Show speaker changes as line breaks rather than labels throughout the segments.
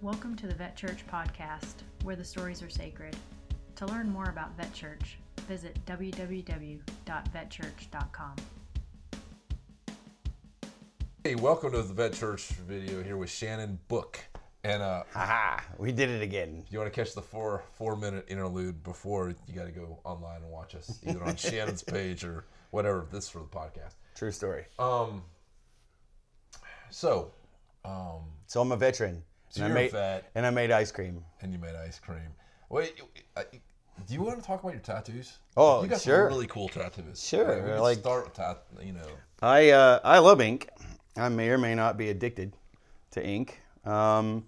Welcome to the Vet Church podcast, where the stories are sacred. To learn more about Vet Church, visit www.vetchurch.com.
Hey, welcome to the Vet Church video here with Shannon Book. And uh,
Haha, we did it again.
you want to catch the four four minute interlude before you got to go online and watch us either on Shannon's page or whatever. This is for the podcast.
True story.
Uh, So,
so I'm a veteran.
So
and
you're a
I made,
vet.
And I made ice cream.
and you made ice cream. Wait, I, do you want to talk about your tattoos?
Oh,
you got
sure.
Some really cool tattoos.
Sure,
Like, we can
like-
start with tat. You know,
I uh, I love ink. I may or may not be addicted to ink. Um,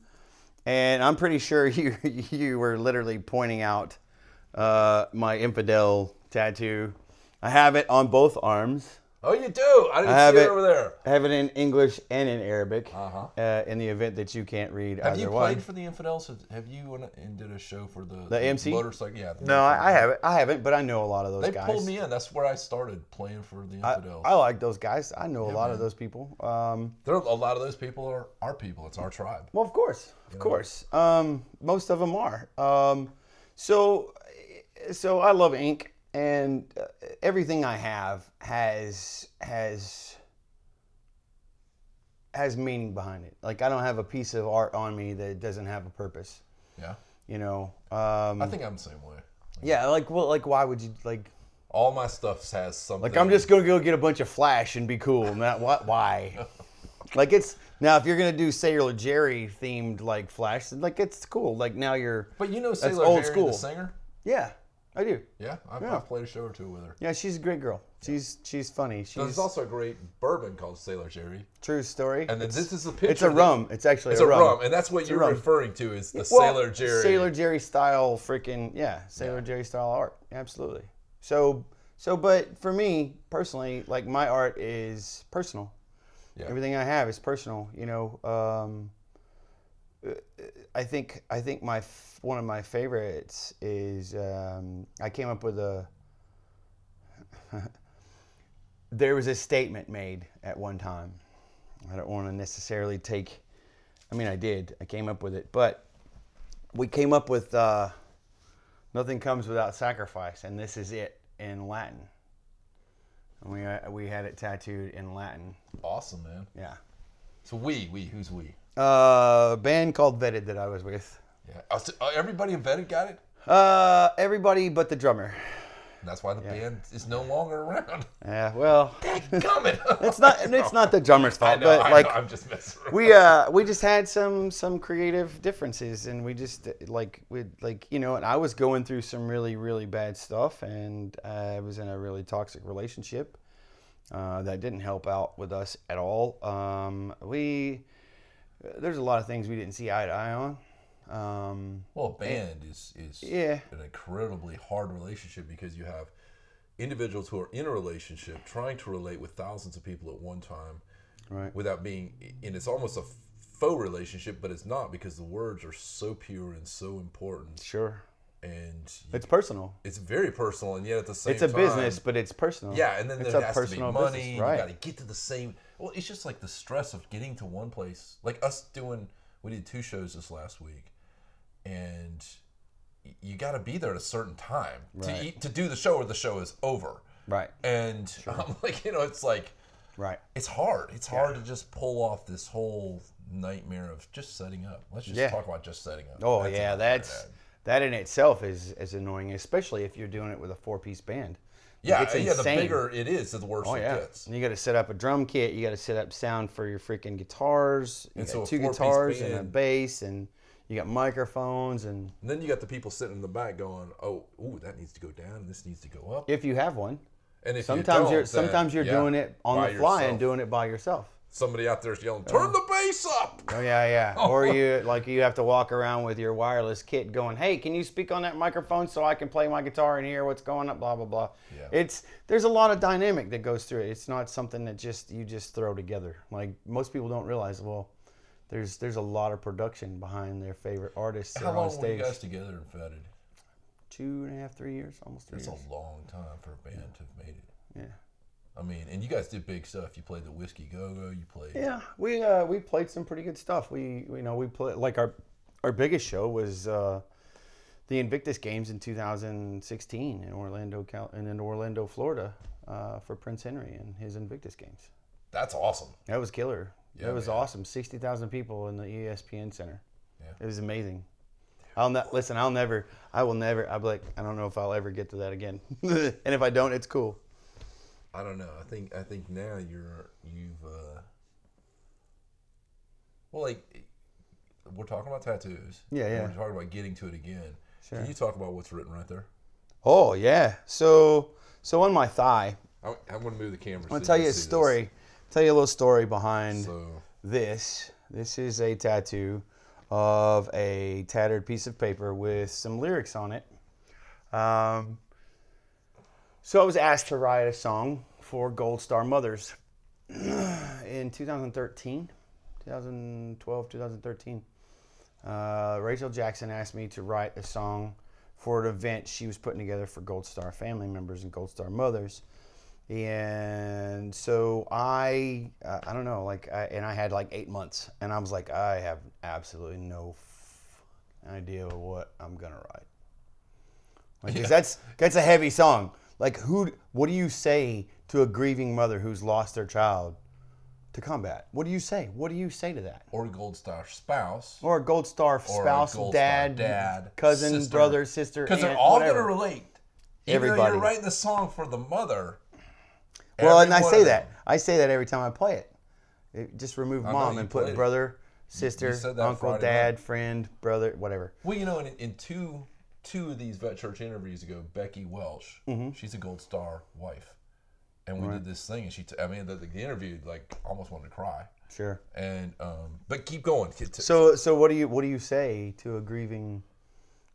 and I'm pretty sure you you were literally pointing out uh, my infidel tattoo. I have it on both arms.
oh, you do. I didn't
I have
see
it-
it over there.
I have it in English and in Arabic. Uh-huh. in the event that you can't read
Have
either
you
one.
played for the Infidels? Have, have you and- and did a show for the
MC?
motorcycle? Yeah. the
no, I, I
motorcycle-
haven't. I haven't, but I know a lot of those
They
guys.
pulled me in. That's where I started playing for the Infidels.
I like those guys. I know a lot of those people. Um,
There are a lot of those people are our people. It's our tribe.
well, of course, of course. Um, most of them are. Um, so, so I love ink, and uh, everything I have has has has meaning behind it. Like I don't have a piece of art on me that doesn't have a purpose.
Yeah,
You know. Um,
I think I'm the same way.
yeah. Like well, like why would you like?
All my stuff has something.
Like I'm just gonna go get a bunch of flash and be cool. And that what why? like it's now if you're gonna do Sailor Jerry themed like flash, like it's cool. Like now you're
But you know,
That's
Sailor
old
Jerry,
school.
the singer.
yeah, I do.
Yeah, I've,
Yeah.
I've played a show or two with her.
Yeah, she's a great girl. She's she's funny. She's
There's also a great bourbon called Sailor Jerry,
true story.
and then this is a picture.
it's a
that-
rum. It's actually
It's
a
a
rum.
rum, and that's what you're
rum.
referring to is the
Well,
Sailor Jerry.
Sailor Jerry style, freaking yeah, Sailor Jerry style art, absolutely. So so, but for me personally, like my art is personal.
Yeah.
Everything I have is personal. You know, um, uh, I think I think my f- one of my favorites is um, I came up with a. there was a statement made at one time. I don't want to necessarily take. I mean, I did. I came up with it, but we came up with uh, nothing comes without sacrifice, and this is it in Latin. And we uh, we had it tattooed in Latin.
Awesome, man.
Yeah.
So we, we, who's we?
Uh, a band called Vetted that I was with.
Yeah. Oh, so, oh, everybody in Vetted got it.
Uh, everybody but the drummer.
And that's why the band is no longer around.
Yeah. Well,
Coming.
it's not it's not the drummer's
I
fault,
know,
but
I
like
know, I'm just messing. around.
we uh we just had some some creative differences and we just uh, like we like you know and i was going through some really really bad stuff and uh, i was in a really toxic relationship uh, that didn't help out with us at all um, we there's a lot of things we didn't see eye to eye on um,
Well, a band is is
Yeah.
an incredibly hard relationship because you have individuals who are in a relationship trying to relate with thousands of people at one time,
Right.
Without being, and it's almost a faux relationship, but it's not because the words are so pure and so important,
sure
and
it's personal
it's very personal, and yet at the same,
it's a
time,
business but it's personal
Yeah, and then
it's
there
a
has to be
personal
money.
business,
and
right
You got to get to the same. Well, it's just like the stress of getting to one place. Like us doing, we did two shows this last week, and y- you got to be there at a certain time to eat, to do the show, or the show is over.
right
And I'm like, you know, it's like
right
it's hard. It's hard to just pull off this whole nightmare of just setting up. Let's just
Yeah.
talk about just setting up.
Oh
That's a
yeah,
nightmare,
that's
Dad.
that in itself is is annoying, especially if you're doing it with a four piece band.
yeah,
Like, it's
yeah. The
insane.
bigger it is, the worse
Oh
it
yeah,
gets.
and you got to set up a drum kit. You got to set up sound for your freaking guitars. You
And
got
so a
two
four-piece
guitars and a
band-
bass, and you got microphones. And
And then you got the people sitting in the back going, "Oh, ooh, that needs to go down. This needs to go up."
if you have one,
And if
sometimes
you
you
don't,
are sometimes
then,
you're
yeah,
doing it on
by
the fly
yourself.
and doing it by yourself.
Somebody out there's yelling, "Turn the bass up!"
Oh yeah, yeah. Or you like you have to walk around with your wireless kit going, "Hey, can you speak on that microphone so I can play my guitar and hear what's going up?" Blah blah blah.
Yeah.
It's there's a lot of dynamic that goes through it. It's not something that just you just throw together. Like most people don't realize. Well, there's there's a lot of production behind their favorite artists that
How
are on
long were
stage.
you guys together and vetted?
Two and a half, three years, almost three
It's
years.
a long time for a band to have made it.
Yeah.
I mean, and you guys did big stuff. You played the Whiskey Go Go. You played.
Yeah, we uh, we played some pretty good stuff. We you know we play like our our biggest show was uh, the Invictus Games in 2016 in Orlando, Cal- and in Orlando, Florida, uh, for Prince Henry and his Invictus Games.
That's awesome.
That was killer.
Yeah,
that was
man.
awesome. Sixty thousand people in the E ESPN Center.
Yeah.
It was amazing. I'll ne- listen. I'll never. I will never. I'm like. I don't know if I'll ever get to that again. and if I don't, it's cool.
I don't know. I think I think now you're you've uh well like we're talking about tattoos.
Yeah,
and
yeah.
We're talking about getting to it again.
Sure.
Can you talk about what's written right there?
Oh yeah. So so on my thigh,
I, I'm going to move the camera.
I'm gonna tell you a story. Tell you a little story behind
So
this. This is a tattoo of a tattered piece of paper with some lyrics on it. Um, so I was asked to write a song for Gold Star Mothers in 2013, 2012, 2013. Uh, Rachel Jackson asked me to write a song for an event she was putting together for Gold Star family members and Gold Star mothers and so I, uh, I don't know, like, I, and I had like eight months, and I was like, I have absolutely no f- idea what I'm gonna write. Like, 'cause that's that's a heavy song. Like, who? What do you say to a grieving mother who's lost their child to combat? What do you say? What do you say to that?
or Gold Star spouse
Or a gold star
or a
spouse,
Gold Star
dad,
dad,
cousin,
sister.
brother, sister,
because they're
aunt,
all going to
whatever.
relate. Even though
Everybody.
you're writing the song for the mother.
Well, and I
every one
say
of
that.
them-
I say that every time I play it. It- just remove
know
mom
you
and put
played it.
brother, sister,
said that
uncle,
Friday
dad,
night.
friend, brother, whatever.
Well, you know, in, in two two of these vet church interviews ago, Becky Welsh,
Mm-hmm.
she's a Gold Star wife, and we did this thing, and she, t- I mean, the, the interview like almost wanted to cry,
Sure.
and um, but keep going. Get to-
So, so what do you what do you say to a grieving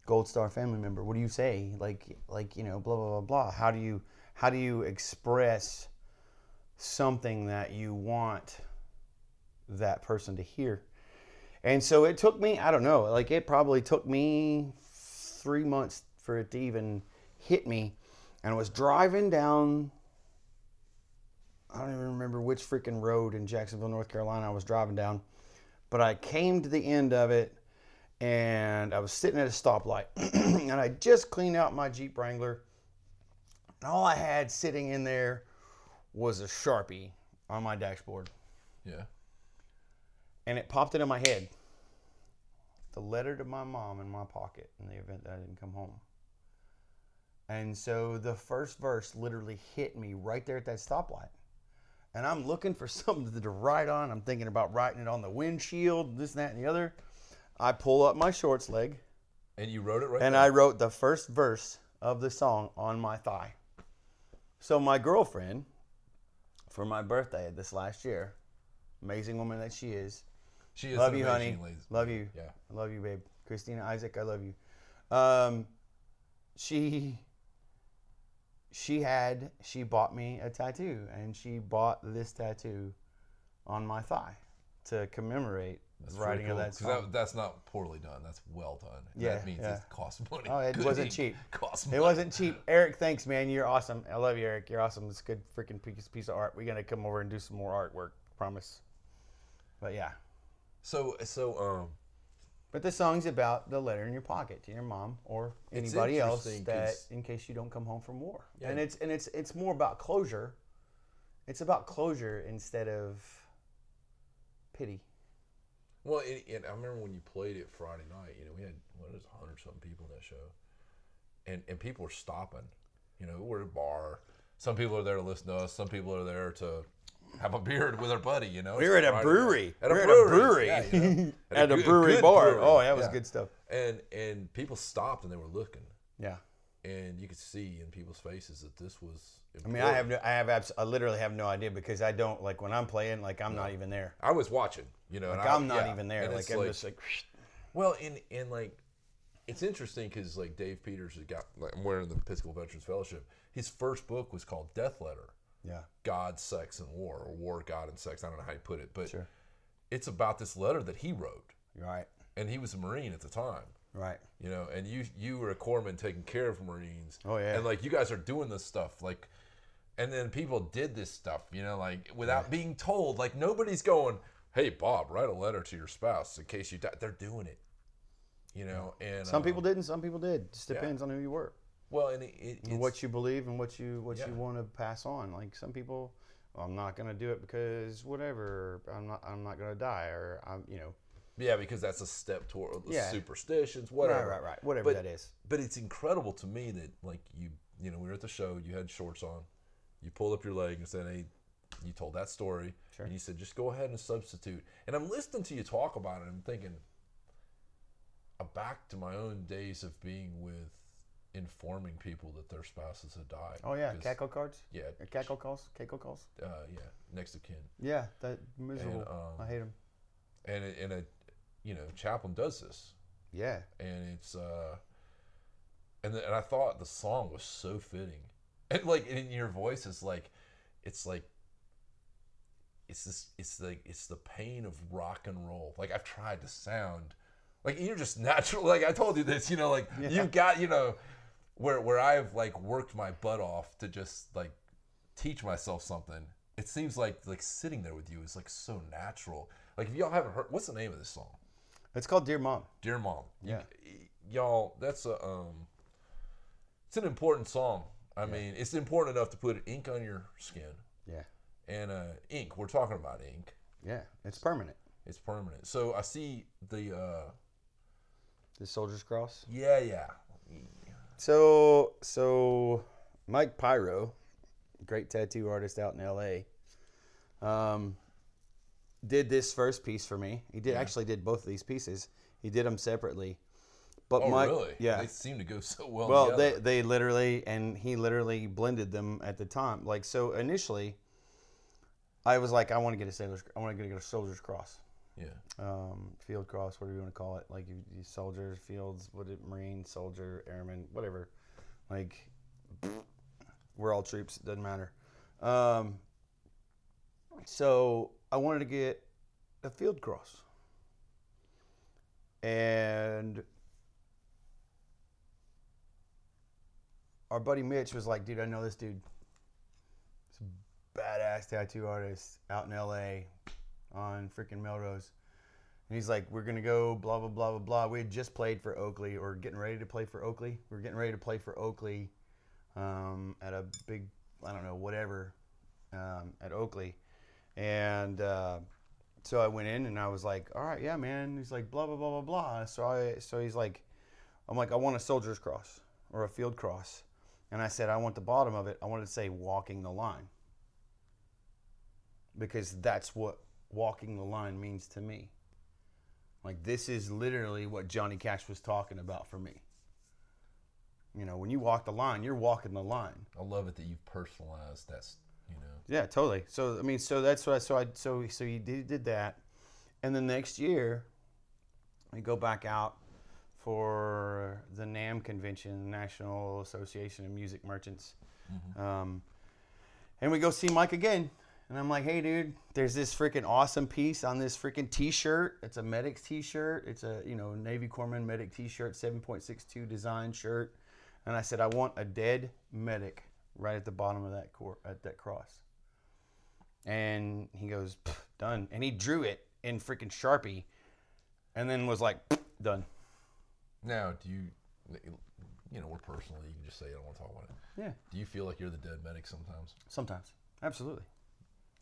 Gold Star family member? What do you say? Like, like you know, blah blah blah blah. How do you how do you express something that you want that person to hear? And so it took me, I don't know, like it probably took me three months for it to even hit me. And I was driving down, I don't even remember which freaking road in Jacksonville, North Carolina, I was driving down. But I came to the end of it and I was sitting at a stoplight. and I just cleaned out my Jeep Wrangler. And all I had sitting in there was a Sharpie on my dashboard
yeah,
and it popped into my head. The letter to my mom in my pocket in the event that I didn't come home. And so the first verse literally hit me right there at that stoplight. And I'm looking for something to write on. I'm thinking about writing it on the windshield, this, that, and the other. I pull up my shorts leg
and you wrote it right.
and
there.
I wrote the first verse of the song on my thigh. So my girlfriend, for my birthday this last year, amazing woman that she is,
she is
love
an
you, honey.
amazing lady.
Love you.
Yeah.
I love you, babe. Christina Isaac, I love you. Um, she she had she bought me a tattoo, and she bought this tattoo on my thigh to commemorate
That's
the
pretty
writing
cool,
of that
'cause
song.
that's not poorly done. That's well done. And
Yeah,
that means
yeah.
it costs money.
Oh, it
Good
wasn't
ink
cheap.
Costs money.
It wasn't cheap. Eric, thanks, man. You're awesome. I love you, Eric. You're awesome. It's a good freaking piece, piece of art. We're gonna come over and do some more artwork, promise. But yeah.
So so um.
But the song's about the letter in your pocket to your mom or
It's
anybody else
interesting
that
'cause-
in case you don't come home from war.
Yeah.
And it's and it's it's more about closure. It's about closure instead of pity.
Well, and, and I remember when you played it Friday night. You know, we had what is a hundred something people in that show, and and people were stopping. You know, we're at a bar. Some people are there to listen to us. Some people are there to have a beer with their buddy. You know,
We were
It's
at a
Friday night.
brewery.
At a
We were
brewery.
at a
yeah, you know.
brewery. At a
good-
brewery
good
bar.
brewery.
Oh, that was
Yeah.
good stuff.
And and people stopped and they were looking,
Yeah.
and you could see in people's faces that this was.
I mean, I have no, I have abs- I literally have no idea because I don't like when I'm playing like I'm not even there.
I was watching. You know,
Like
and I,
I'm not
Uh, yeah.
even there.
And
Like
it's
I'm just like
Well, and and like, it's interesting because like Dave Peters has got like I'm wearing the Episcopal Veterans Fellowship. His first book was called Death Letter:
yeah.
God, Sex, and War, or War, God, and Sex. I don't know how he put it, but
Sure.
it's about this letter that he wrote,
Right.
and he was a Marine at the time.
Right.
You know, and you you were a corpsman taking care of Marines.
Oh, yeah.
and like you guys are doing this stuff like. And then people did this stuff, you know, like without being told. Like nobody's going, "Hey, Bob, write a letter to your spouse in case you die." They're doing it. you know. And
Some
um,
people didn't. Some people did. Just depends on who you were,
Well, and it, it,
and
it's-
what you believe, and what you what
Yeah.
you want to pass on. Like some people, "Well, I'm not gonna do it because whatever. I'm not. I'm not gonna die, or I'm. You know.
yeah, because that's a step toward the
Yeah.
superstitions, whatever.
Right. Right. Right. Whatever
But-
that is.
But it's incredible to me that like you, you know, we were at the show. You had shorts on. You pulled up your leg and said, "Hey," you told that story, and you said, "Just go ahead and substitute." And I'm listening to you talk about it. and I'm thinking, I'm back to my own days of being with informing people that their spouses had died.
Oh yeah.
'Cause-
Cackle cards.
yeah,
Or cackle calls. Cackle calls.
uh, yeah, next of kin.
Yeah. That miserable.
um,
I hate them.
and it, and a you know Chaplin does this,
Yeah.
and it's uh, and the, and I thought the song was so fitting, and like in your voice is like, it's like. It's this. It's like it's the pain of rock and roll. Like I've tried to sound, like you're just natural. Like I told you this, you know. Like you got, you know, where where I've like worked my butt off to just like teach myself something. It seems like like sitting there with you is like so natural. Like if y'all haven't heard, what's the name of this song?
It's called Dear Mom.
Dear Mom. You-
Yeah.
y- y'all, that's a um it's an important song. I mean, it's important enough to put ink on your skin.
Yeah.
And uh ink, we're talking about ink.
Yeah. It's permanent.
It's permanent. So I see the uh
The Soldier's Cross.
yeah, yeah.
So, so Mike Pyro, great tattoo artist out in L.A., um, did this first piece for me. He did actually did both of these pieces. He did them separately, but
Oh
Mike,
really?
yeah,
They seem to go so well.
well,
together.
they, they literally and he literally blended them at the time. Like so, initially, I was like, I want to get a sailor's, I want to get a soldier's cross,
yeah.
um, field cross, whatever you want to call it. Like you, you soldier, fields, what it, marine, soldier, airman, whatever. Like we're all troops. It doesn't matter. Um, so I wanted to get a field cross, and our buddy Mitch was like, "Dude, I know this dude. He's a badass tattoo artist out in L.A. on freaking Melrose." And he's like, "We're gonna go blah blah blah blah blah." We had just played for Oakley, or getting ready to play for Oakley. We were getting ready to play for Oakley um, at a big, I don't know, whatever, um, at Oakley. And uh, so I went in and I was like, all right, yeah, man. He's like, blah, blah, blah, blah, blah. So, I, so he's like, I'm like, I want a soldier's cross or a field cross. And I said, I want the bottom of it. I wanted to say walking the line because that's what walking the line means to me. Like, this is literally what Johnny Cash was talking about for me. You know, when you walk the line, you're walking the line.
I love it that you've personalized that's you know.
Yeah, totally. So I mean, so that's what I so I so so you did, did that, and then next year, we go back out for the NAM convention, the National Association of Music Merchants, um, and we go see Mike again. And I'm like, hey, dude, there's this freaking awesome piece on this freaking T-shirt. It's a medics T-shirt. It's a you know Navy Corpsman medic T-shirt, 7.62 design shirt. And I said, I want a dead medic right at the bottom of that cor- at that cross. And he goes, "Pff, done. And he drew it in freaking Sharpie and then was like, "Pff, done.
Now, do you, you know, we're personally, you can just say, I don't want to talk about it.
Yeah.
Do you feel like you're the dead medic sometimes?
Sometimes. Absolutely.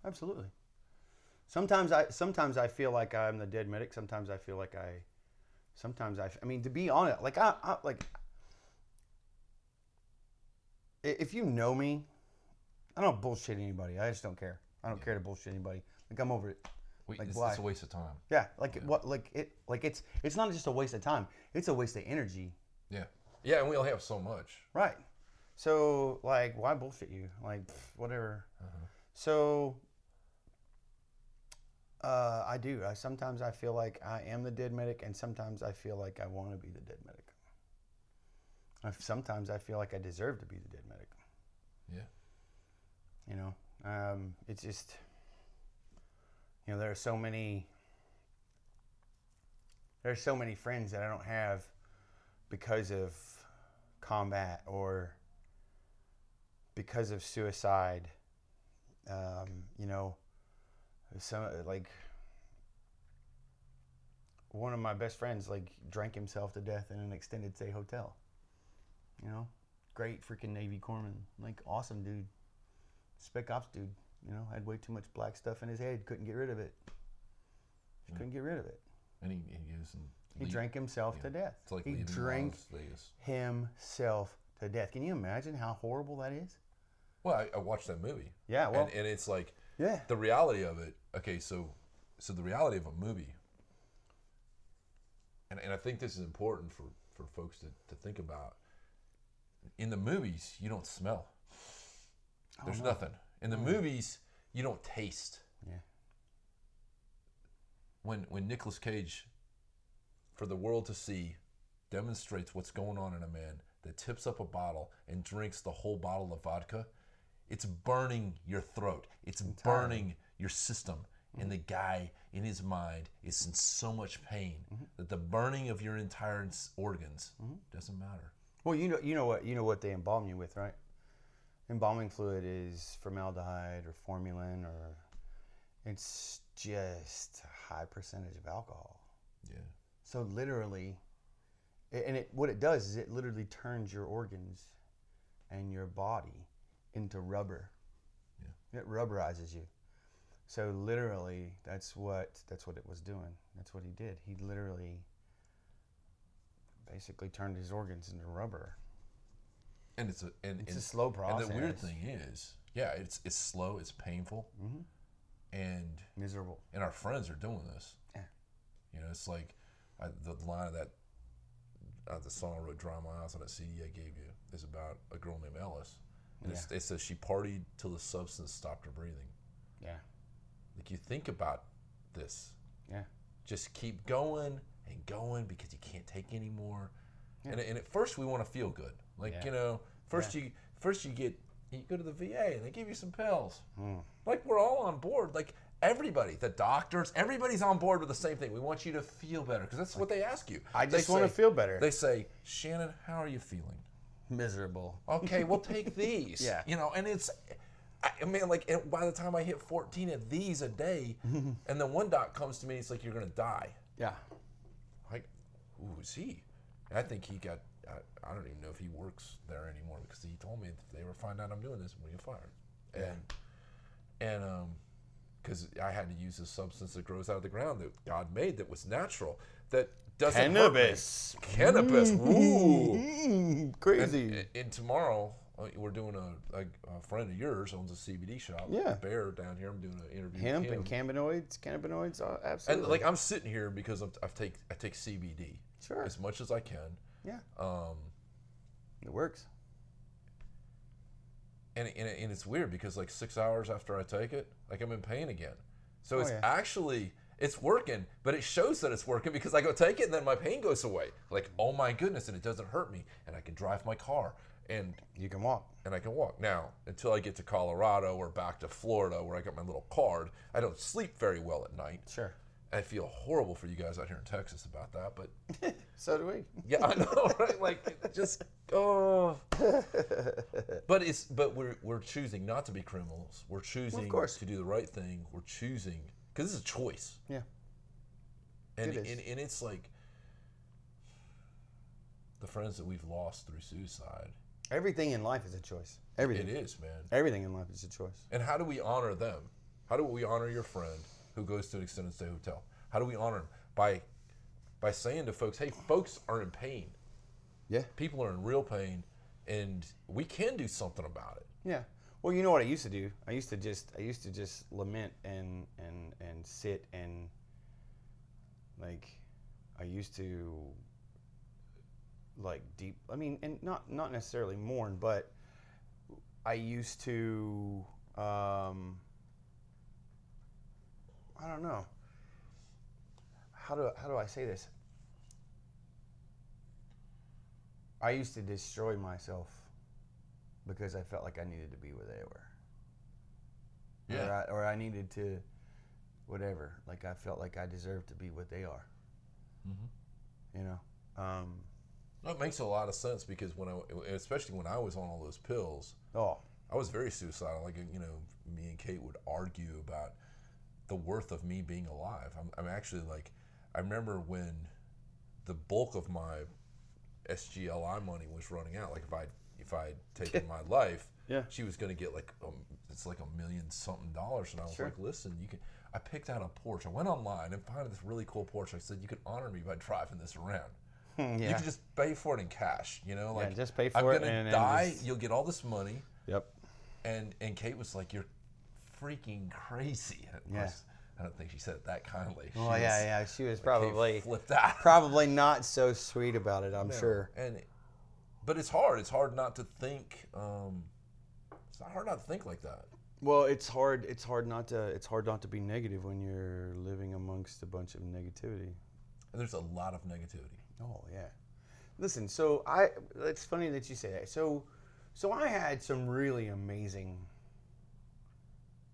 Absolutely. Sometimes I sometimes I feel like I'm the dead medic. Sometimes I feel like I sometimes I I mean to be honest, like I, I like i- if you know me, I don't bullshit anybody. I just don't care. I don't care to bullshit anybody. Like I'm over it.
We,
Like
it's,
why?
it's a waste of time.
Yeah, like what like it like it's it's not just a waste of time. It's a waste of energy.
Yeah. Yeah, and we only have so much.
Right. So, like, why bullshit you? Like, pff, whatever. So, uh, I do. I sometimes I feel like I am the dead medic, and sometimes I feel like I want to be the dead medic. I, sometimes I feel like I deserve to be the dead medic.
Yeah.
You know, um, it's just, you know, there are so many. There's so many friends that I don't have because of combat or because of suicide. Um, you know, some like one of my best friends like drank himself to death in an extended stay hotel. You know, great freaking Navy corpsman, like awesome dude, spec ops dude. You know, had way too much black stuff in his head, couldn't get rid of it. Just couldn't get rid of it.
And he, he goes and
He
leave-
drank himself
yeah.
to death.
It's like
he
leaving
drank
Las Vegas.
himself to death. Can you imagine how horrible that is?
Well, I, I watched that movie.
Yeah, well-
and, and it's like
Yeah.
the reality of it. Okay, so so the reality of a movie, and, and I think this is important for for folks to, to think about. In the movies, you don't smell.
Oh,
There's nothing in the
Mm.
movies. You don't taste.
Yeah.
When when Nicolas Cage, for the world to see, demonstrates what's going on in a man that tips up a bottle and drinks the whole bottle of vodka, it's burning your throat. It's burning your system.
Mm-hmm.
And the guy in his mind is in so much pain
Mm-hmm.
that the burning of your entire ins- organs doesn't matter.
Well, you know, you know what, you know what they embalm you with, right? Embalming fluid is formaldehyde or formalin, or it's just a high percentage of alcohol.
Yeah.
So literally, a- and it what it does is it literally turns your organs and your body into rubber. It rubberizes you. So literally, that's what that's what it was doing. That's what he did. He literally, basically turned his organs into rubber.
And it's a and
It's
and-
a slow process. Mm-hmm.
And the weird thing is, yeah, it's it's slow, it's painful, and
miserable.
and our friends are doing this.
Yeah.
You know, it's like I, the line of that uh, the song I wrote, "Dry My Eyes" on that CD I gave you is about a girl named Ellis, and it's, it says she partied till the substance stopped her breathing.
Yeah,
Like you think about this,
yeah.
just keep going and going because you can't take anymore. And, and at first we want to feel good, like
Yeah.
you know, first you first you get you go to the VA and they give you some pills.
Hmm.
Like we're all on board, like everybody, the doctors, everybody's on board with the same thing. We want you to feel better because that's what they ask you.
I
They
just wanna
say-
feel better.
They say, Shannon, how are you feeling?
Miserable.
okay, we'll take these.
Yeah.
You know, and it's, I I mean, like, and by the time I hit 14 of these a day, and then one doc comes to me and he's like, you're going to die.
Yeah.
Like, who is he? And I think he got, I, I don't even know if he works there anymore because he told me if they were find out I'm doing this, we get fired. And, and, um, because I had to use this substance that grows out of the ground that God made that was natural, that doesn't hurt me.
Cannabis.
Cannabis. Ooh.
Mm, crazy.
And, and tomorrow, uh, we're doing a, a, a friend of yours owns a CBD shop.
Yeah.
Bear down here. I'm doing an interview
Hemp
with him.
and cannabinoids, cannabinoids, uh,
and
absolutely.
like I'm sitting here because I'm, I take I take CBD
Sure.
as much as I can,
yeah,
um,
it works.
and, and and it's weird because like six hours after I take it, like I'm in pain again. So it's
yeah.
actually it's working, but it shows that it's working because I go take it and then my pain goes away. Like oh my goodness, and it doesn't hurt me, and I can drive my car, and
You can walk.
and I can walk. Now, until I get to Colorado or back to Florida where I got my little card, I don't sleep very well at night.
Sure.
I feel horrible for you guys out here in Texas about that, but
So do we.
yeah, I know, right? Like it just oh. But it's but we're we're choosing not to be criminals. We're choosing
course.
to do the right thing. We're choosing because it's a choice.
Yeah.
And,
It is.
and and it's like the friends that we've lost through suicide.
Everything in life is a choice. Everything.
It is, man.
Everything in life is a choice.
And how do we honor them? How do we honor your friend who goes to an extended stay hotel? How do we honor him? By by saying to folks, hey, folks are in pain.
Yeah.
People are in real pain and we can do something about it.
Yeah. Well, you know what I used to do? I used to just I used to just lament and and and sit and like I used to like deep I mean and not not necessarily mourn, but I used to um I don't know. How do how do I say this? I used to destroy myself because I felt like I needed to be where they were. Or I, or I needed to, whatever. Like I felt like I deserved to be what they are. You know. Um,
Mm-hmm. That makes a lot of sense because when I especially when I was on all those pills,
oh,
I was very suicidal. Like you know, me and Kate would argue about the worth of me being alive. I'm, I'm actually like, I remember when the bulk of my SGLI money was running out. Like if I if I had taken my life,
Yeah.
she was going to get like um, it's like a million something dollars, and I was
Sure.
like, listen, you can. I picked out a Porsche. I went online and found this really cool Porsche. I said, you can honor me by driving this around. You
yeah.
can just pay for it in cash. You know, like
just pay
I'm
for it
gonna
and- and
die.
just-
You'll get all this money,
Yep.
and and Kate was like, you're freaking crazy. And of
Yeah.
course, I don't think she said it that kindly. She
Well,
was-
yeah, yeah. She was
Kate
probably
flipped out.
probably not so sweet about it. I'm
No,
sure.
And it- but it's hard. It's hard not to think. Um, it's not hard not to think like that.
Well, it's hard. It's hard not to. It's hard not to be negative when you're living amongst a bunch of negativity.
And there's a lot of negativity.
Oh yeah. Listen, so I it's funny that you say that. So so I had some really amazing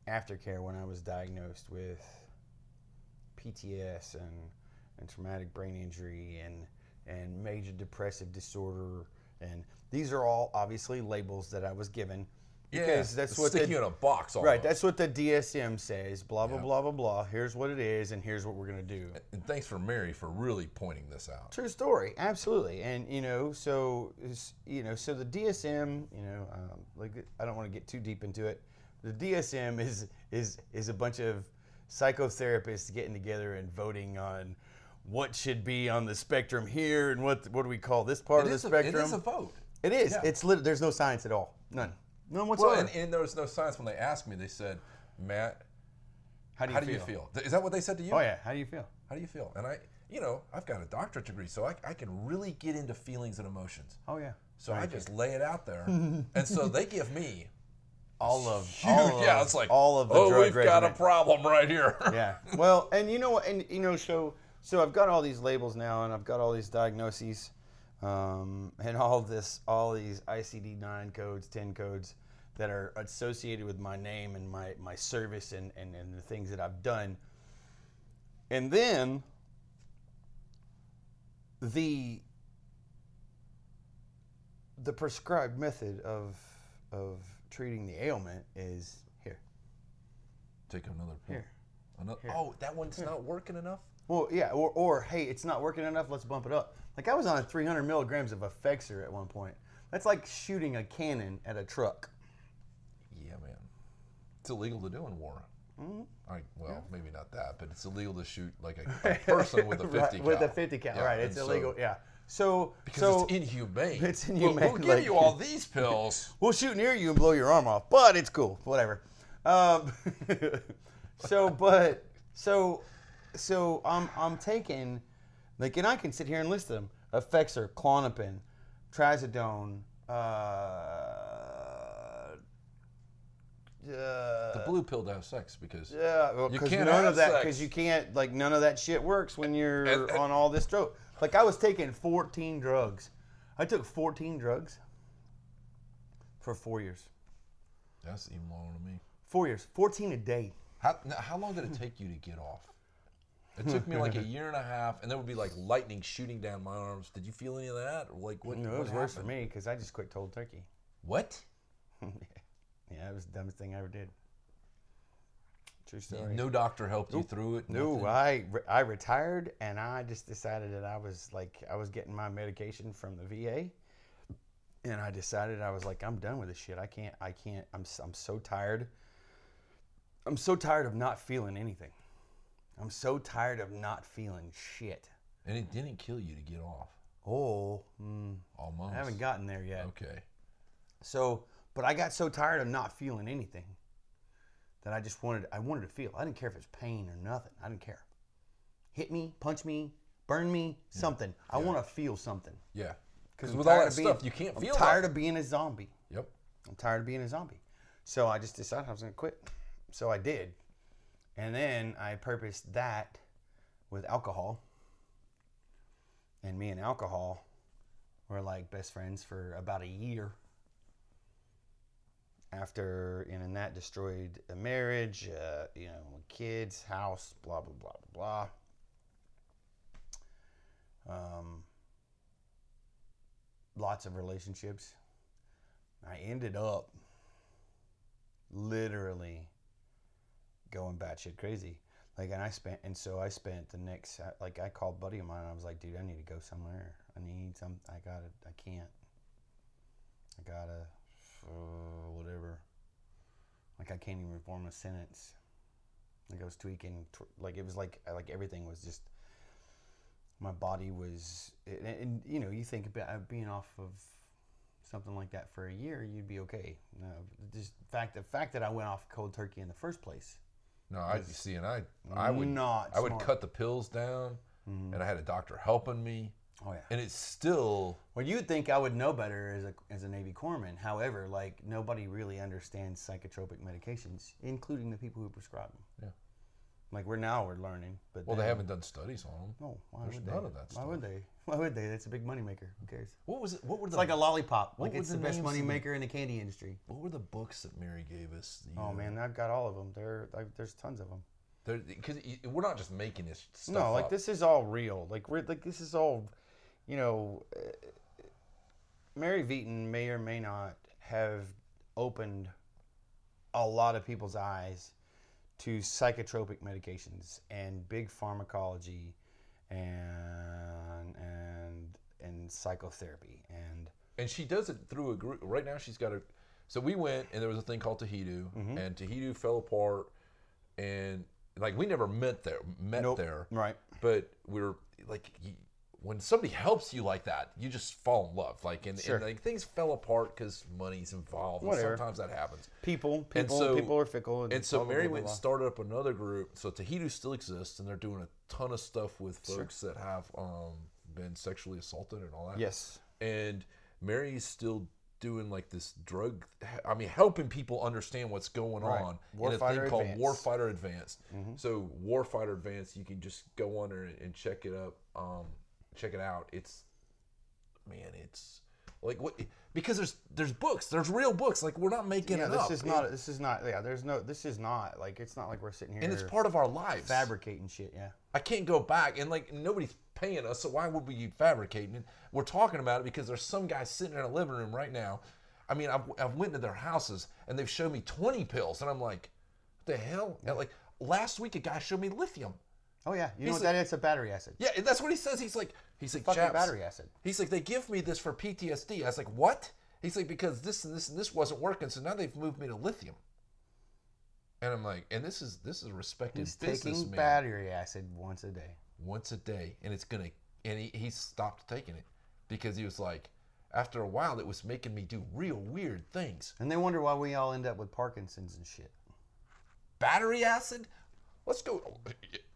aftercare when I was diagnosed with PTS and and traumatic brain injury and and major depressive disorder and these are all obviously labels that I was given because that's
it's
what
sticking
the,
you in a box. Almost.
right that's what the DSM says blah blah
Yeah.
blah blah blah here's what it is and here's what we're going to do
And thanks for Mary for really pointing this out.
True story, absolutely. And you know, so is- you know, so the DSM, you know, um, like I don't want to get too deep into it. The DSM is is is a bunch of psychotherapists getting together and voting on what should be on the spectrum here and what what do we call this part
It
of the
is, a, it
spectrum?
is a vote.
It is.
yeah.
It's lit- there's no science at all. None. None
Well,
whatsoever.
and, and there was no science when they asked me. They said, Matt,
how do you
how do
feel?
you feel? Th- Is that what they said to you?
Oh yeah, how do you feel?
How do you feel? And I, you know, I've got a doctorate degree, so I, I can really get into feelings and emotions.
Oh yeah.
So I just lay it out there. and so they give me
All of
huge.
all of,
yeah, it's like
all of the
oh,
drug
we've got a
regimen.
problem right here.
yeah. Well, and you know what? And you know, so so I've got all these labels now, and I've got all these diagnoses, um, and all this, all these ICD nine codes, ten codes that are associated with my name and my my service and and, and the things that I've done. And then the the prescribed method of of treating the ailment is here.
Take another pill.
Here.
Ano- Oh, that one's not working enough.
Well, yeah, or, or hey, it's not working enough. Let's bump it up. Like I was on 300 milligrams of Effexor at one point. That's like shooting a cannon at a truck.
Yeah, man. It's illegal to do in war.
Mm-hmm.
I, well, maybe not that, but it's illegal to shoot like a, a person with a
Right,
50
with
cal.
a 50 cal,
Yeah,
right? It's
and so-
illegal. yeah. So
Because
so
it's inhumane.
It's
Well,
inhumane,
We'll,
like-
give you all these pills.
we'll shoot near you and blow your arm off, but it's cool. Whatever. Um, so, but so so I'm I'm taking like, and I can sit here and list them: Effexor, Clonopin, Trazodone. Uh, uh,
the blue pill to have sex because
yeah, well,
You
because
can't
none of
have
that,
sex.
because you can't, like, none of that shit works when you're on all this drug. Like, I was taking 14 drugs. I took 14 drugs for four years.
that's even longer to me.
Four years. 14 a day.
How, now, how long did it take you to get off? It took me like a year and a half, and there would be like lightning shooting down my arms. Did you feel any of that? Or like what?
You know, it
what
was worse for
happened?
me because I just quit cold turkey.
What?
Yeah, it was the dumbest thing I ever did. True story.
No doctor helped you through it.
No,
nothing?
I re- I retired and I just decided that I was like I was getting my medication from the VA, and I decided I was like I'm done with this shit. I can't. I can't. I'm s- I'm so tired. I'm so tired of not feeling anything. I'm so tired of not feeling shit.
And it didn't kill you to get off.
Oh, mm,
Almost.
I haven't gotten there yet.
Okay.
So, but I got so tired of not feeling anything that I just wanted I wanted to feel. I didn't care if it's pain or nothing. I didn't care. Hit me, punch me, burn me, something. I want to feel something.
Yeah.
'Cause
Because
I'm
with all
tired
that
of being-
stuff, you can't
I'm
feel.
tired
nothing.
of being a zombie.
Yep.
I'm tired of being a zombie. So I just decided I was going to quit. So I did. And then I purposed that with alcohol. And me and alcohol were like best friends for about a year. After, and then that destroyed a marriage, uh, you know, kids, house, blah, blah, blah, blah, blah. Um, lots of relationships. I ended up literally going batshit crazy. Like, and I spent, and so I spent the next, like, I called a buddy of mine and I was like, dude, I need to go somewhere. I need some, I gotta, I can't. I gotta, uh, whatever. Like, I can't even form a sentence. Like, I was tweaking, tw- like, it was like, like everything was just, my body was, and, and you know, you think about uh, being off of something like that for a year, you'd be okay. No, just fact, the fact that I went off cold turkey in the first place.
No, I
It's
see, and I, I would
not
I would
smart. Mm-hmm.
cut the pills down, and I had a doctor helping me,
Oh yeah.
and it's still
Well, you'd think I would know better as a as a Navy corpsman. However, like nobody really understands psychotropic medications, including the people who prescribe them.
Yeah.
Like we're now we're learning, but
well, they
then-
haven't done studies on them.
No, why
There's
would they?
none of that
why
stuff.
would they? Why would they? That's a big moneymaker. Who cares?
What was it? What were the
It's like a lollipop. Like
were
it's
the
the, best
names of the-
moneymaker in the candy industry.
what were the books that Mary gave us? The,
Oh man, I've got all of them. There, I, there's tons of them.
because we're not just making this stuff.
no, like
up.
this is all real. Like we're like this is all, you know. Uh, Mary Veaton may or may not have opened a lot of people's eyes to psychotropic medications and big pharmacology, and and and psychotherapy and
and she does it through a group. Right now, she's got a. So we went, and there was a thing called Tahidu,
Mm-hmm.
and Tahidu fell apart, and like we never met there, met
Nope.
there,
right.
but we were like, y- when somebody helps you like that, you just fall in love, like, and,
Sure.
and like things fell apart because money's involved. and
Whatever.
sometimes that happens.
People, people,
so-
people are fickle. And,
And so
blah, blah,
Mary
blah,
went and
blah,
started up another group. So Tahidu still exists, and they're doing a ton of stuff with folks that have um, been sexually assaulted and all that
blah. Yes.
and Mary's still doing like this drug. I mean, helping people understand what's going
Right.
on in a
Warfighter Mm-hmm.
thing called
Advanced.
Warfighter Advanced. So Warfighter Advanced, you can just go on there and, and check it up, um, check it out. It's man, it's like what because there's there's books, there's real books. Like we're not making
Yeah,
it
this
up.
is not. This is not. Yeah, there's no. This is not like it's not like we're sitting here.
and it's part of our lives.
fabricating shit. Yeah.
I can't go back and like nobody's paying us, so why would we be fabricating it? We're talking about it because there's some guy sitting in a living room right now. I mean, I've, I've went to their houses and they've shown me 20 pills, and I'm like, what the hell? And, like last week, a guy showed me lithium.
Oh yeah, you know
He's
what that is? It's a battery acid.
Yeah, and that's what he says. He's like, he's like,
Fucking
"Chaps,"
battery acid.
He's like, they give me this for PTSD. I was like, what? He's like, because this and this and this wasn't working, so now they've moved me to lithium. And I'm like, and this is this is a respected
He's taking
businessman
battery acid once a day.
once a day and it's gonna and he, he stopped taking it because he was like after a while it was making me do real weird things
And they wonder why we all end up with Parkinson's and shit.
battery acid let's go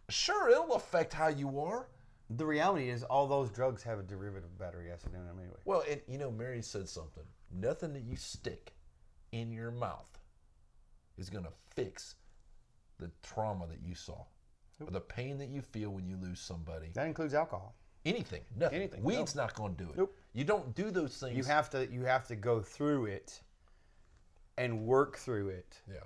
sure it'll affect how you are
The reality is, all those drugs have a derivative of battery acid in them anyway.
well and you know mary said something nothing that you stick in your mouth is gonna fix the trauma that you saw or the pain that you feel when you lose somebody
That includes alcohol.
anything nothing
Anything,
weed's not gonna do it
Nope.
you don't do those things
You have to. You have to go through it, and work through it.
yeah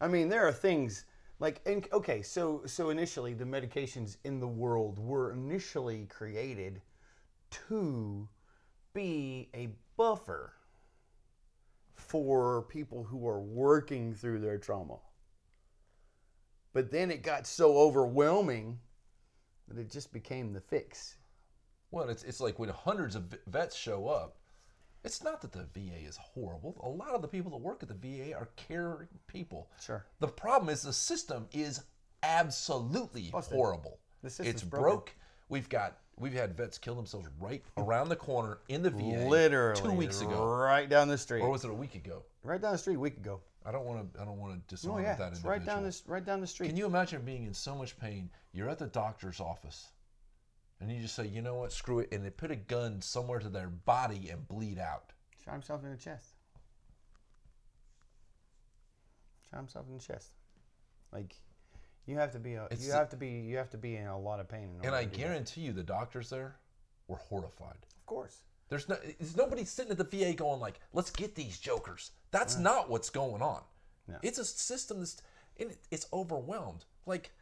I mean, there are things like and okay, so so initially the medications in the world were initially created to be a buffer for people who are working through their trauma. But then it got so overwhelming that it just became the fix.
Well, it's, it's like when hundreds of v- vets show up, it's not that the VA is horrible. A lot of the people that work at the VA are caring people.
Sure.
The problem is the system is absolutely horrible.
The system's
it's
broken.
broke. We've got we've had vets kill themselves right around the corner in the VA
Literally
two weeks ago,
right down the street.
or was it a week ago?
Right down the street a week ago.
I don't want to I don't want to
Oh
dishonor
yeah,
that
it's
individual.
right down this right down the street.
Can you imagine being in so much pain? You're at the doctor's office, and you just say, "You know what? Screw it," and they put a gun somewhere to their body and bleed out.
Shot himself in the chest. Shot himself in the chest. Like, you have to be a,
It's
you
the-
have to be you have to be in a lot of pain. In
And
order
I
to do that.
guarantee you, the doctors there were horrified.
of course.
There's no, there's nobody sitting at the VA going like, "Let's get these jokers." That's not what's going on.
No.
It's a system that's and it, it's overwhelmed. Like,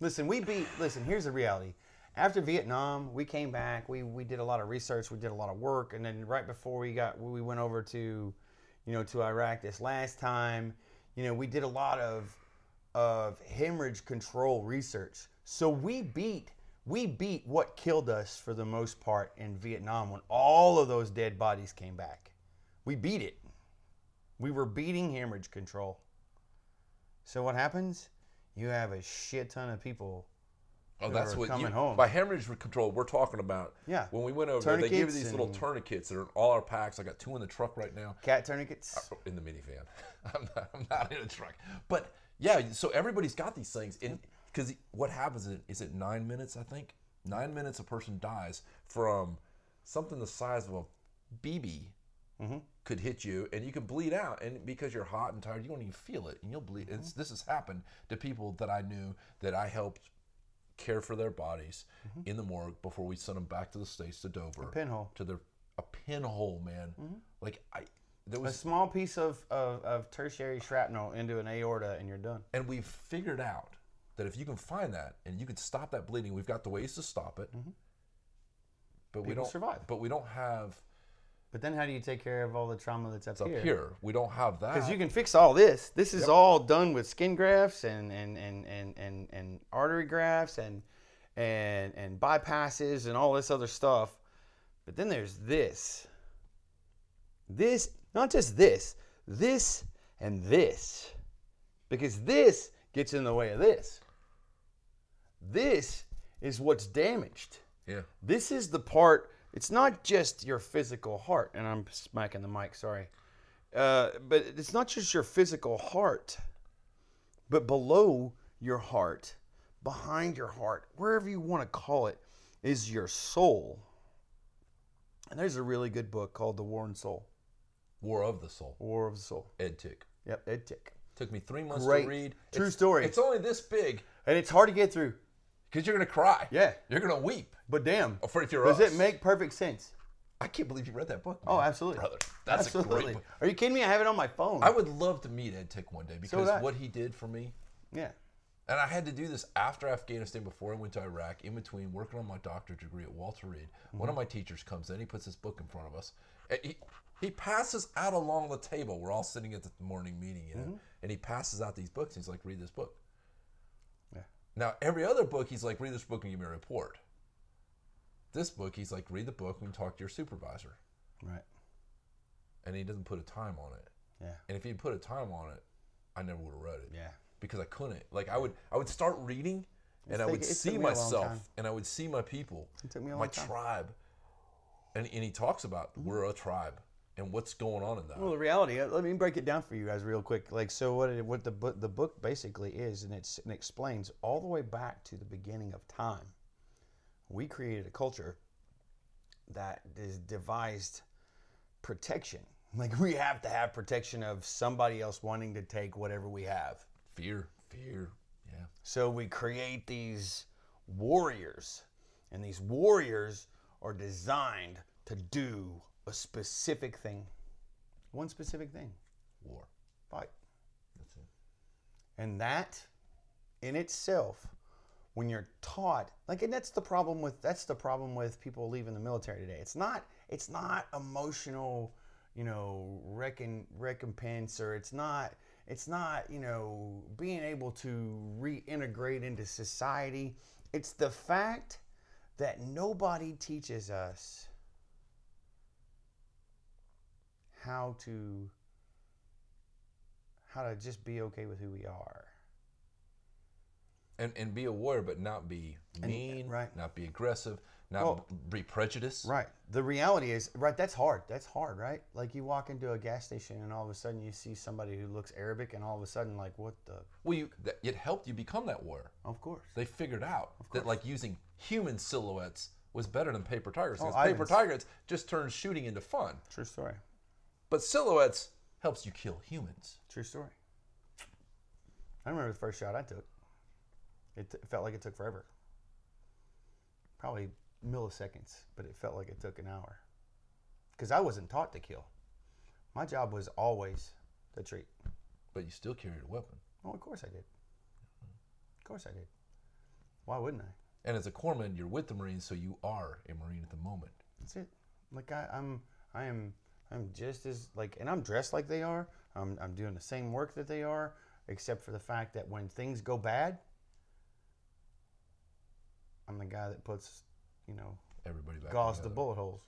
Listen, we beat. Listen, here's the reality. After Vietnam, we came back. We we did a lot of research. We did a lot of work, and then right before we got, we went over to, you know, to Iraq this last time. You know, we did a lot of of hemorrhage control research. So we beat we beat what killed us for the most part in Vietnam when all of those dead bodies came back. We beat it. We were beating hemorrhage control. So what happens? You have a shit ton of people.
Oh,
who
that's
are
what
coming
you,
home.
by hemorrhage control we're talking about.
Yeah.
When we went over there, they gave you
Tourniquets
these little
and-
tourniquets that are in all our packs. I got two in the truck right now.
Cat tourniquets.
in the minivan. I'm not, I'm not in a truck. But yeah, so everybody's got these things. And because what happens is, is it nine minutes, I think? Nine minutes a person dies from something the size of a BB could hit you and you can bleed out. And because you're hot and tired, you don't even feel it and you'll bleed. It's, this has happened to people that I knew that I helped care for their bodies in the morgue before we sent them back to the States to Dover.
pinhole.
To their, a pinhole, man. Like, I, there
A
was
small piece of, of, of tertiary shrapnel into an aorta and you're done.
And we've figured out that if you can find that and you can stop that bleeding, we've got the ways to stop it. But we
Mm-hmm. People
don't
survive.
But we don't have
But then how do you take care of all the trauma that's up
it's up
here?
here. We don't have that.
Because you can fix all this. This is all done with skin grafts and and, and, and, and and artery grafts and and and bypasses and all this other stuff. But then there's this. This, not just this, this and this. Because this gets in the way of this. This is what's damaged
yeah.
this is the part it's not just your physical heart and i'm smacking the mic sorry uh, but it's not just your physical heart but below your heart behind your heart wherever you want to call it is your soul and there's a really good book called the worn soul
War of the Soul.
war of the soul
Ed Tick.
yep ed tick
Took me three months
Great.
to read.
True
It's-
story.
It's only this big
and it's hard to get through
because you're gonna cry.
Yeah.
You're gonna weep.
but damn
For if you're
does
us.
it make perfect sense
I can't believe you read that book.
oh
man.
absolutely
brother. That's a
absolutely
great book.
are you kidding me i have it on my phone
I would love to meet Ed Tick one day because
would I.
what he did for me
yeah
And I had to do this after Afghanistan, before I went to Iraq, in between working on my doctorate degree at Walter Reed. One of my teachers comes in, he puts this book in front of us. and he, he passes out along the table. We're all sitting at the morning meeting, you know, and he passes out these books. He's like, read this book.
Yeah.
Now, every other book, he's like, read this book and give me a report. This book, he's like, read the book and talk to your supervisor.
right
And he doesn't put a time on it.
yeah
And if he'd put a time on it, I never would have read it
yeah
because I couldn't. Like I would, I would start reading, and I
take-
would
it took
see
me a long
myself,
time.
and I would see my people,
took me a
my
long time.
tribe, and and he talks about we're a tribe and what's going on in that.
Well, the reality. uh, Let me break it down for you guys real quick. Like, so what? It, what the book, the book basically is, and it's and explains all the way back to the beginning of time. We created a culture that is devised protection. Like, we have to have protection of somebody else wanting to take whatever we have.
fear, fear, yeah.
So we create these warriors, and these warriors are designed to do a specific thing, one specific thing
War.
fight.
That's it.
And that in itself, when you're taught, like and that's the problem with that's the problem with people leaving the military today. It's not it's not emotional, you know, recon, recompense or it's not it's not, you know, being able to reintegrate into society. It's the fact that nobody teaches us how to how to just be okay with who we are.
And and be a warrior, but not be mean,
right.
Not be aggressive, not
Well-
be prejudiced.
Right. The reality is, right, that's hard. That's hard, right? Like you walk into a gas station and all of a sudden you see somebody who looks Arabic and all of a sudden like what the
Well, you that, it helped you become that warrior.
Of course.
They figured out that like using human silhouettes was better than paper tigers.
Oh,
Because paper
Ivan's-
tigers just turns shooting into fun.
True story.
But silhouettes helps you kill humans.
True story. I remember the first shot I took. It, t- felt like it took forever. Probably milliseconds, but it felt like it took an hour. Cuz I wasn't taught to kill. My job was always to treat.
But you still carried a weapon.
Oh, of course I did. Of course I did. Why wouldn't I?
And as a corpsman, you're with the Marines, so you are a Marine at the moment.
That's it. Like I, I'm, I am, I'm just as like, and I'm dressed like they are. I'm, I'm doing the same work that they are. except for the fact that when things go bad, I'm the guy that puts, you know,
Everybody back.
gauze the
together.
bullet holes.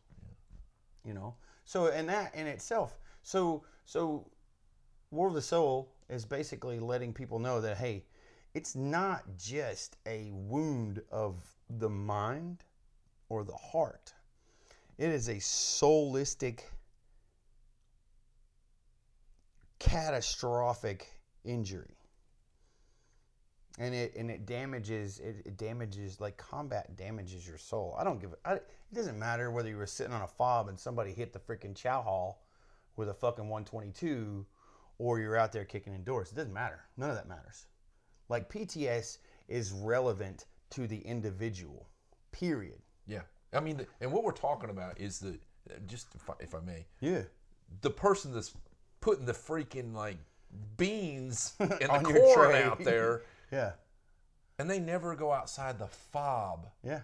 You know, so and that in itself, so so, War of the Soul is basically letting people know that hey, it's not just a wound of the mind or the heart. It is a soulistic, catastrophic injury and it and it damages it, it damages like combat damages your soul. I don't give a- I, it doesn't matter whether you were sitting on a fob and somebody hit the freaking chow hall with a fucking 122 or you're out there kicking in doors. It doesn't matter. None of that matters. Like PTS is relevant to the individual. Period.
Yeah. I mean, and what we're talking about is the just if I, if I may,
Yeah.
the person that's putting the freaking like beans and the
On your
corn
tray.
out there,
Yeah.
and they never go outside the fob.
Yeah.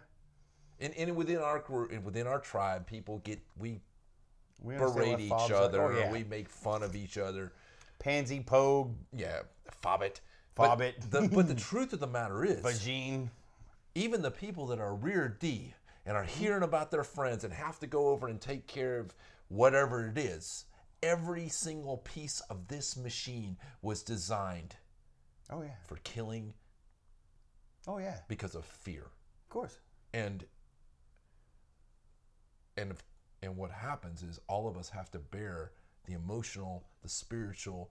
And, and within our group, and within our tribe, people get we
We understand
berate
what
each
fobs are.
other,
Oh, yeah.
we make fun of each other.
Pansy, Pogue,
Yeah, fob it.
Fob
but
it.
The, but the truth of the matter is,
Vagine.
even the people that are rear D and are hearing about their friends and have to go over and take care of whatever it is, every single piece of this machine was designed
Oh, yeah.
for killing
Oh, yeah.
because of fear.
Of course.
And and if- and what happens is all of us have to bear the emotional, the spiritual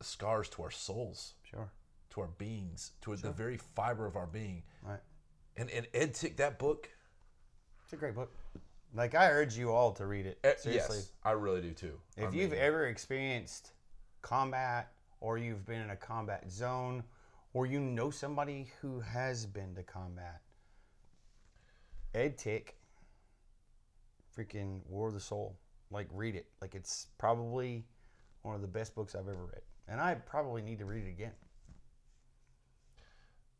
scars to our souls,
Sure.
to our beings, to the very fiber of our being.
All right.
And and Ed Tick that book
It's a great book. Like I urge you all to read it.
Eh,
Seriously.
Yes, I really do too.
If
I
you've
mean,
ever experienced combat or you've been in a combat zone or you know somebody who has been to combat, Ed Tick, freaking War of the Soul. Like read it. Like it's probably one of the best books I've ever read. And I probably need to read it again.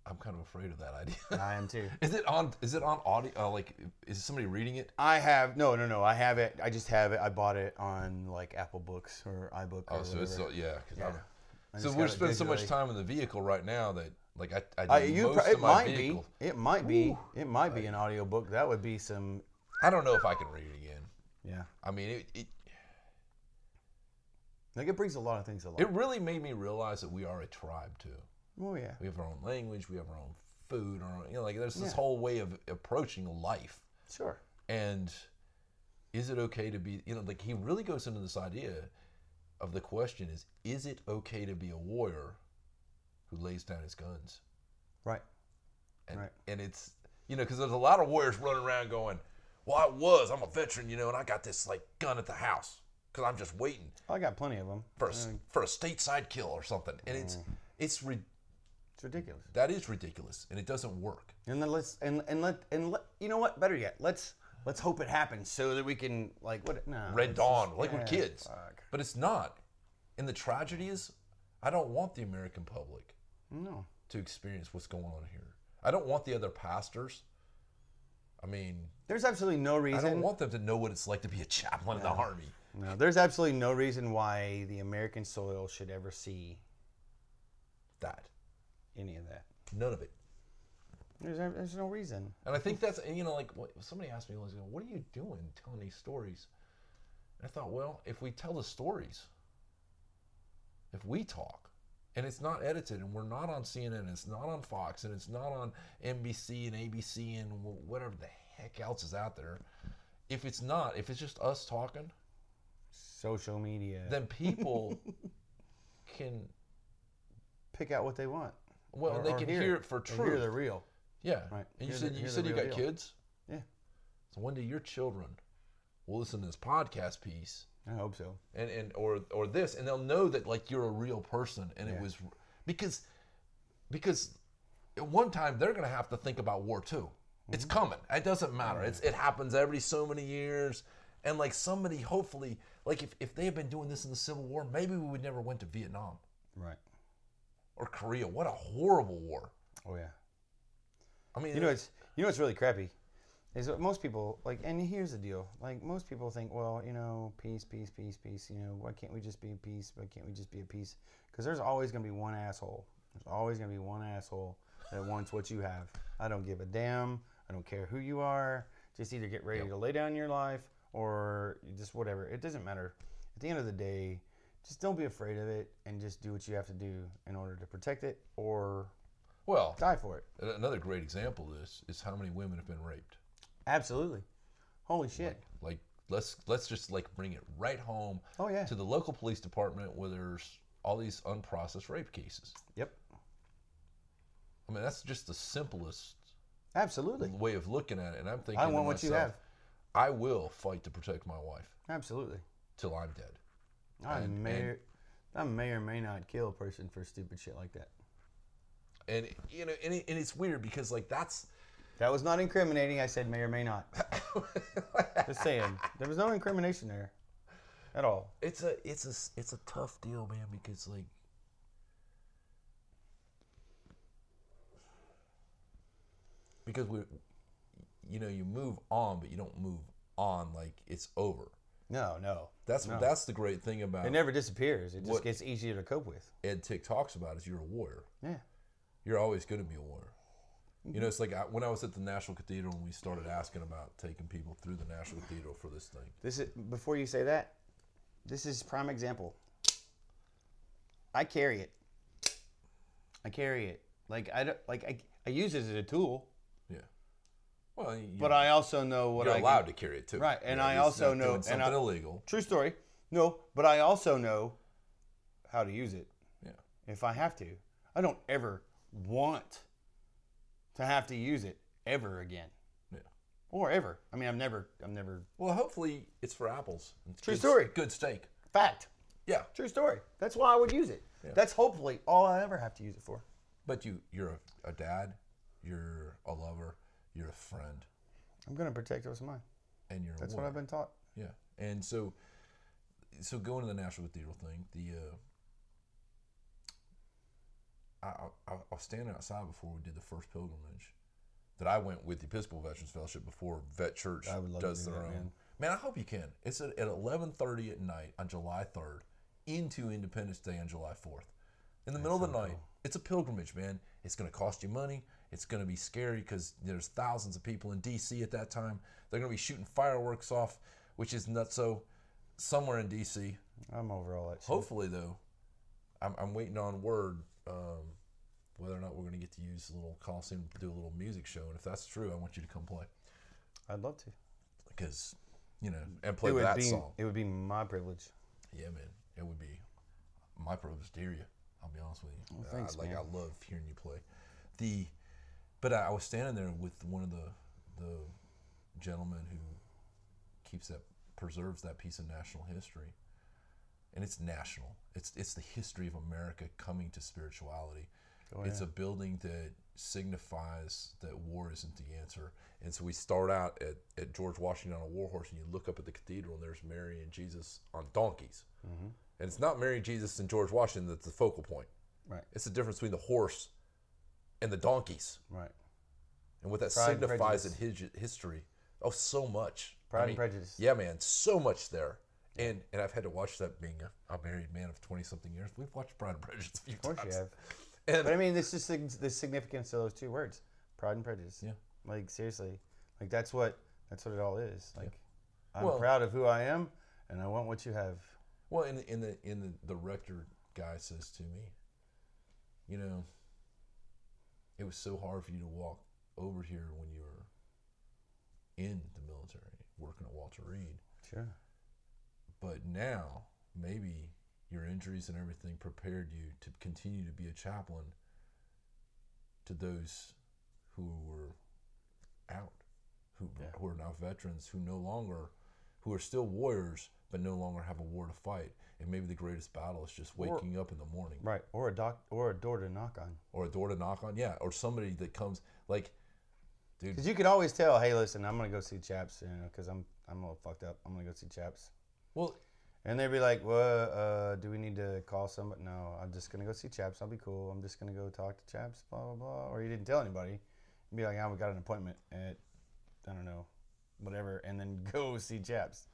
I'm kind of afraid of that idea.
I am too.
is it on? Is it on audio? Uh, like, is somebody reading it?
I have no, no, no. I have it. I just have it. I bought it on like Apple Books or iBook. Or
Oh, so it's
whatever.
uh, yeah. 'cause
Yeah.
I'm-
I
so
just
we're
got it
spending so much
digitally.
time in the vehicle right now that like I, I,
I,
do
you,
most
pro-
of
it
my
might
vehicle.
be. It might be. It might be an audiobook. That would be some.
I don't know if I can read it again.
Yeah.
I mean, it, it
Like it brings a lot of things along.
it really made me realize that we are a tribe too.
oh yeah.
We have our own language. We have our own food. Our own, you know, like there's this
Yeah.
whole way of approaching life.
Sure.
and is it okay to be you know like he really goes into this idea of the question is is it okay to be a warrior who lays down his guns
Right.
and
Right.
and it's you know because there's a lot of warriors running around going well i was i'm a veteran you know and i got this like gun at the house because i'm just waiting
I got plenty of them.
for a, s- for a stateside kill or something and it's it's re-
It's ridiculous.
that is ridiculous and it doesn't work
And then let's and and let and let you know what? Better yet, let's let's hope it happens so that we can like what? No.
Red
it's
Dawn,
just-
like we're
yeah,
kids.
fuck.
But it's not. And the tragedy is, I don't want the American public
No.
to experience what's going on here. I don't want the other pastors. I mean,
There's absolutely no
I
reason.
don't want them to know what it's like to be a chaplain in the army.
no. There's absolutely no reason why the American soil should ever see
That.
any of that.
None of it.
There's there's no reason.
And I think that's, and, you know, like what, somebody asked me, like, what are you doing telling these stories? And I thought, well, if we tell the stories, if we talk, and it's not edited, and we're not on CNN, it's not on Fox, and it's not on NBC and ABC and wh- whatever the heck else is out there, if it's not, if it's just us talking,
Social media.
then people can,
pick out what they want.
well,
Or-
they
or
can hear, it for
or Hear
truth.
the real.
yeah.
right.
And you
Hear the-
said, you
hear the
said you
real
got
deal.
kids?
Yeah,
So one day your children will listen to this podcast piece
I hope so.
and, and or or this and they'll know that like you're a real person and it was because because at one time they're gonna have to think about war too. It's coming. It doesn't matter. It's it happens every so many years. And like somebody hopefully like if, if they had been doing this in the Civil War, maybe we would never went to Vietnam
Right.
or Korea. What a horrible war.
Oh yeah.
I mean
You know it's you know it's really crappy is what most people like. And here's the deal: like most people think, well, you know, peace, peace, peace, peace. You know, why can't we just be peace? Why can't we just be at peace? Because there's always going to be one asshole. There's always going to be one asshole that wants what you have. I don't give a damn. I don't care who you are. Just either get ready to lay down your life or just whatever. It doesn't matter. At the end of the day, just don't be afraid of it and just do what you have to do in order to protect it or
Well,
die for it.
a- another great example of this is how many women have been raped.
Absolutely. Holy shit.
Like let's let's just like bring it right home
Oh, yeah.
to the local police department where there's all these unprocessed rape cases.
Yep.
I mean, that's just the simplest
Absolutely.
way of looking at it. And I'm thinking,
I
to
want what you
myself,
have.
I will fight to protect my wife
Absolutely.
till I'm dead.
I
And-
may
and-
or, I may or may not kill a person for stupid shit like that.
And you know, and, it, and it's weird because like that's
That was not incriminating. I said may or may not. Just saying. There was no incrimination there at all.
it's a it's a it's a tough deal, man. Because like because we, you know, you move on, but you don't move on like it's over.
No, no.
That's that's the great thing about
It never disappears. It just
Oh. What-
gets easier to cope with.
Ed Tick talks about is you're a warrior.
Yeah.
You're always going to be a warrior. You know, it's like I, when I was at the National Cathedral and we started asking about taking people through the National Cathedral for this thing.
This is before you say that. This is prime example. I carry it. I carry it. Like I don't, like I, I use it as a tool,
Yeah. Well, you,
but I also know what
you're
I
allowed to carry it too.
Right, and I
it's
also
not
know-
doing
and
something
I-
illegal.
True story. No, but I also know how to use it
Yeah.
if I have to. I don't ever want to have to use it ever again
Yeah.
or ever. I mean, I'm never, I'm never.
Well, hopefully it's for apples. It's
True
good,
story.
Good steak.
Fact.
Yeah.
True story. That's why I would use it. That's hopefully all I ever have to use it for.
But you you're a, a dad, you're a lover, you're a friend,
I'm gonna protect what's mine.
and you're
That's
a
what
warrior.
I've been taught.
Yeah, and so, so going to the National Cathedral thing, the uh, I, I, I was standing outside before we did the first pilgrimage that I went with the Episcopal Veterans Fellowship before Vet Church
would love to
does
do
their
that,
own.
man.
I hope you can. It's at, at eleven thirty at night on July third, into Independence Day on July fourth. In the middle of the night, it's a pilgrimage, man. It's going to cost you money. It's going to be scary because there's thousands of people in D.C. at that time. They're going to be shooting fireworks off, which is nuts. So, somewhere in D.C.
I'm over all that. Shit.
Hopefully, though, I'm, I'm waiting on word um, whether or not we're going to get to use the little Coliseum to do a little music show. And if that's true, I want you to come play
I'd love to.
because you know and play
it would
that
be,
song.
it would be my privilege.
Yeah, man, it would be my privilege to hear you. I'll be honest with you.
thanks,
I, like
man.
I love hearing you play. The, but I, I was standing there with one of the the gentlemen who keeps that preserves that piece of national history, and it's national. It's it's the history of America coming to spirituality. It's a building that signifies that war isn't the answer. And so we start out at, at George Washington on a war horse, and you look up at the cathedral, and there's Mary and Jesus on donkeys. And it's not Mary, Jesus, and George Washington that's the focal point.
Right.
It's the difference between the horse and the donkeys
Right.
and what that
Pride and
signifies in his, history. Oh, so much.
Pride and prejudice.
Yeah, man, so much there. And and I've had to watch that being a, a married man of twenty something years. We've watched Pride and Prejudice a few
Of course
times.
you have.
And
But I mean, this is sig- the significance of those two words, pride and prejudice.
Yeah.
Like seriously, like that's what that's what it all is. Like, I'm
Well-
proud of who I am, and I want what you have.
well, in in the in the, the rector guy says to me, you know, it was so hard for you to walk over here when you were in the military working at Walter Reed.
Sure.
but now maybe your injuries and everything prepared you to continue to be a chaplain to those who were out who, who are now veterans who no longer who are still warriors but no longer have a war to fight and maybe the greatest battle is just waking up in the morning
Right. Or a doc, or a door to knock on.
or a door to knock on yeah or somebody that comes like
Because you could always tell, hey, listen, I'm gonna go see Chaps, you know, because I'm I'm a little fucked up. I'm gonna go see Chaps.
well
And they'd be like, "Well, uh, do we need to call somebody?" No, I'm just gonna go see Chaps. I'll be cool. I'm just gonna go talk to Chaps. Blah blah blah. Or you didn't tell anybody. You'd be like, "I we got an appointment at I don't know, whatever, and then go see Chaps.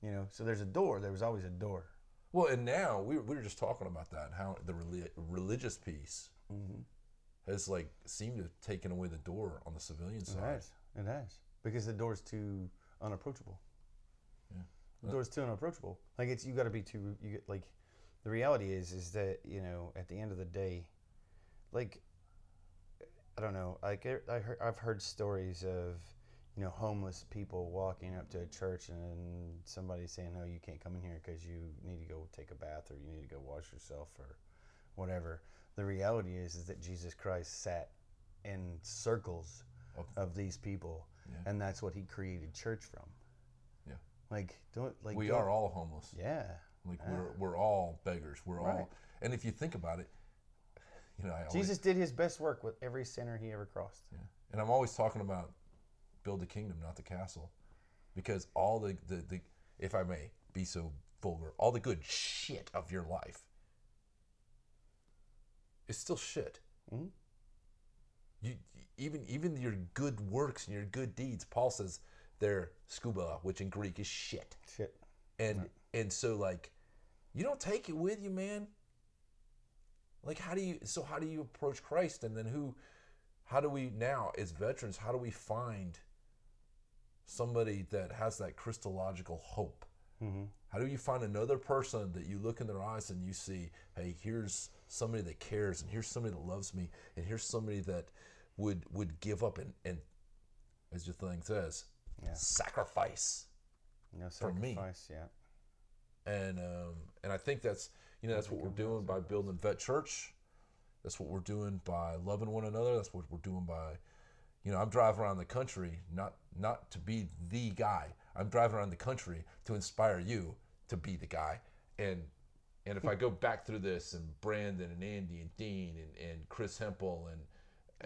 You know, so there's a door. There was always a door.
Well, and now we, were- we were just talking about that and how the reli- religious piece has like seemed to have taken away the door on the civilian
Mm-hmm. It
side.
has. It has. Because the door's too unapproachable. Yeah. The door's too unapproachable. Like it's you got to be too you get like the reality is is that, you know, at the end of the day like I don't know. Like I I heard, I've heard stories of you know homeless people walking up to a church and somebody saying, "No, you can't come in here because you need to go take a bath or you need to go wash yourself or whatever." The reality is is that Jesus Christ sat in circles of these people, and that's what he created church from.
Yeah,
Like don't like
we
don't-
are all homeless.
yeah.
Like we're we're all beggars. We're all,
Right.
and if you think about it, you know, I always,
Jesus did his best work with every sinner he ever crossed.
and I'm always talking about build the kingdom, not the castle, because all the, the, the if I may be so vulgar, all the good shit of your life is still shit.
Mm-hmm.
You even even your good works and your good deeds, Paul says they're scuba, which in Greek is shit,
Shit.
and and so like you don't take it with you, man. Like how do you so how do you approach Christ and then who how do we now as veterans how do we find somebody that has that Christological hope?
Mm-hmm.
How do you find another person that you look in their eyes and you see, hey, here's somebody that cares and here's somebody that loves me and here's somebody that would would give up and, and as your thing says, sacrifice
No
me.
sacrifice. Yeah.
and um, and I think that's you know that's what we're doing by building Vet Church. That's what we're doing by loving one another. That's what we're doing by, you know, I'm driving around the country not not to be the guy. I'm driving around the country to inspire you to be the guy. And and if I go back through this and Brandon and Andy and Dean and, and Chris Hempel and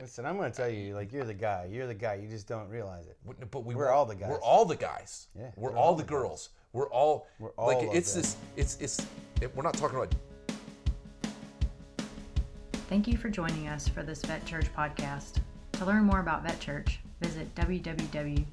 Listen, I'm going to tell you, like, you're the guy. You're the guy. You just don't realize it.
But- but we
We're all the guys.
We're all the guys.
Yeah,
We're,
we're
all,
all
the
the
girls. We're all.
We're
like
all of
it's
them.
this. It's it's. It, we're not talking about
Thank you for joining us for this Vet Church podcast. To learn more about Vet Church, visit www.vetchurch.com.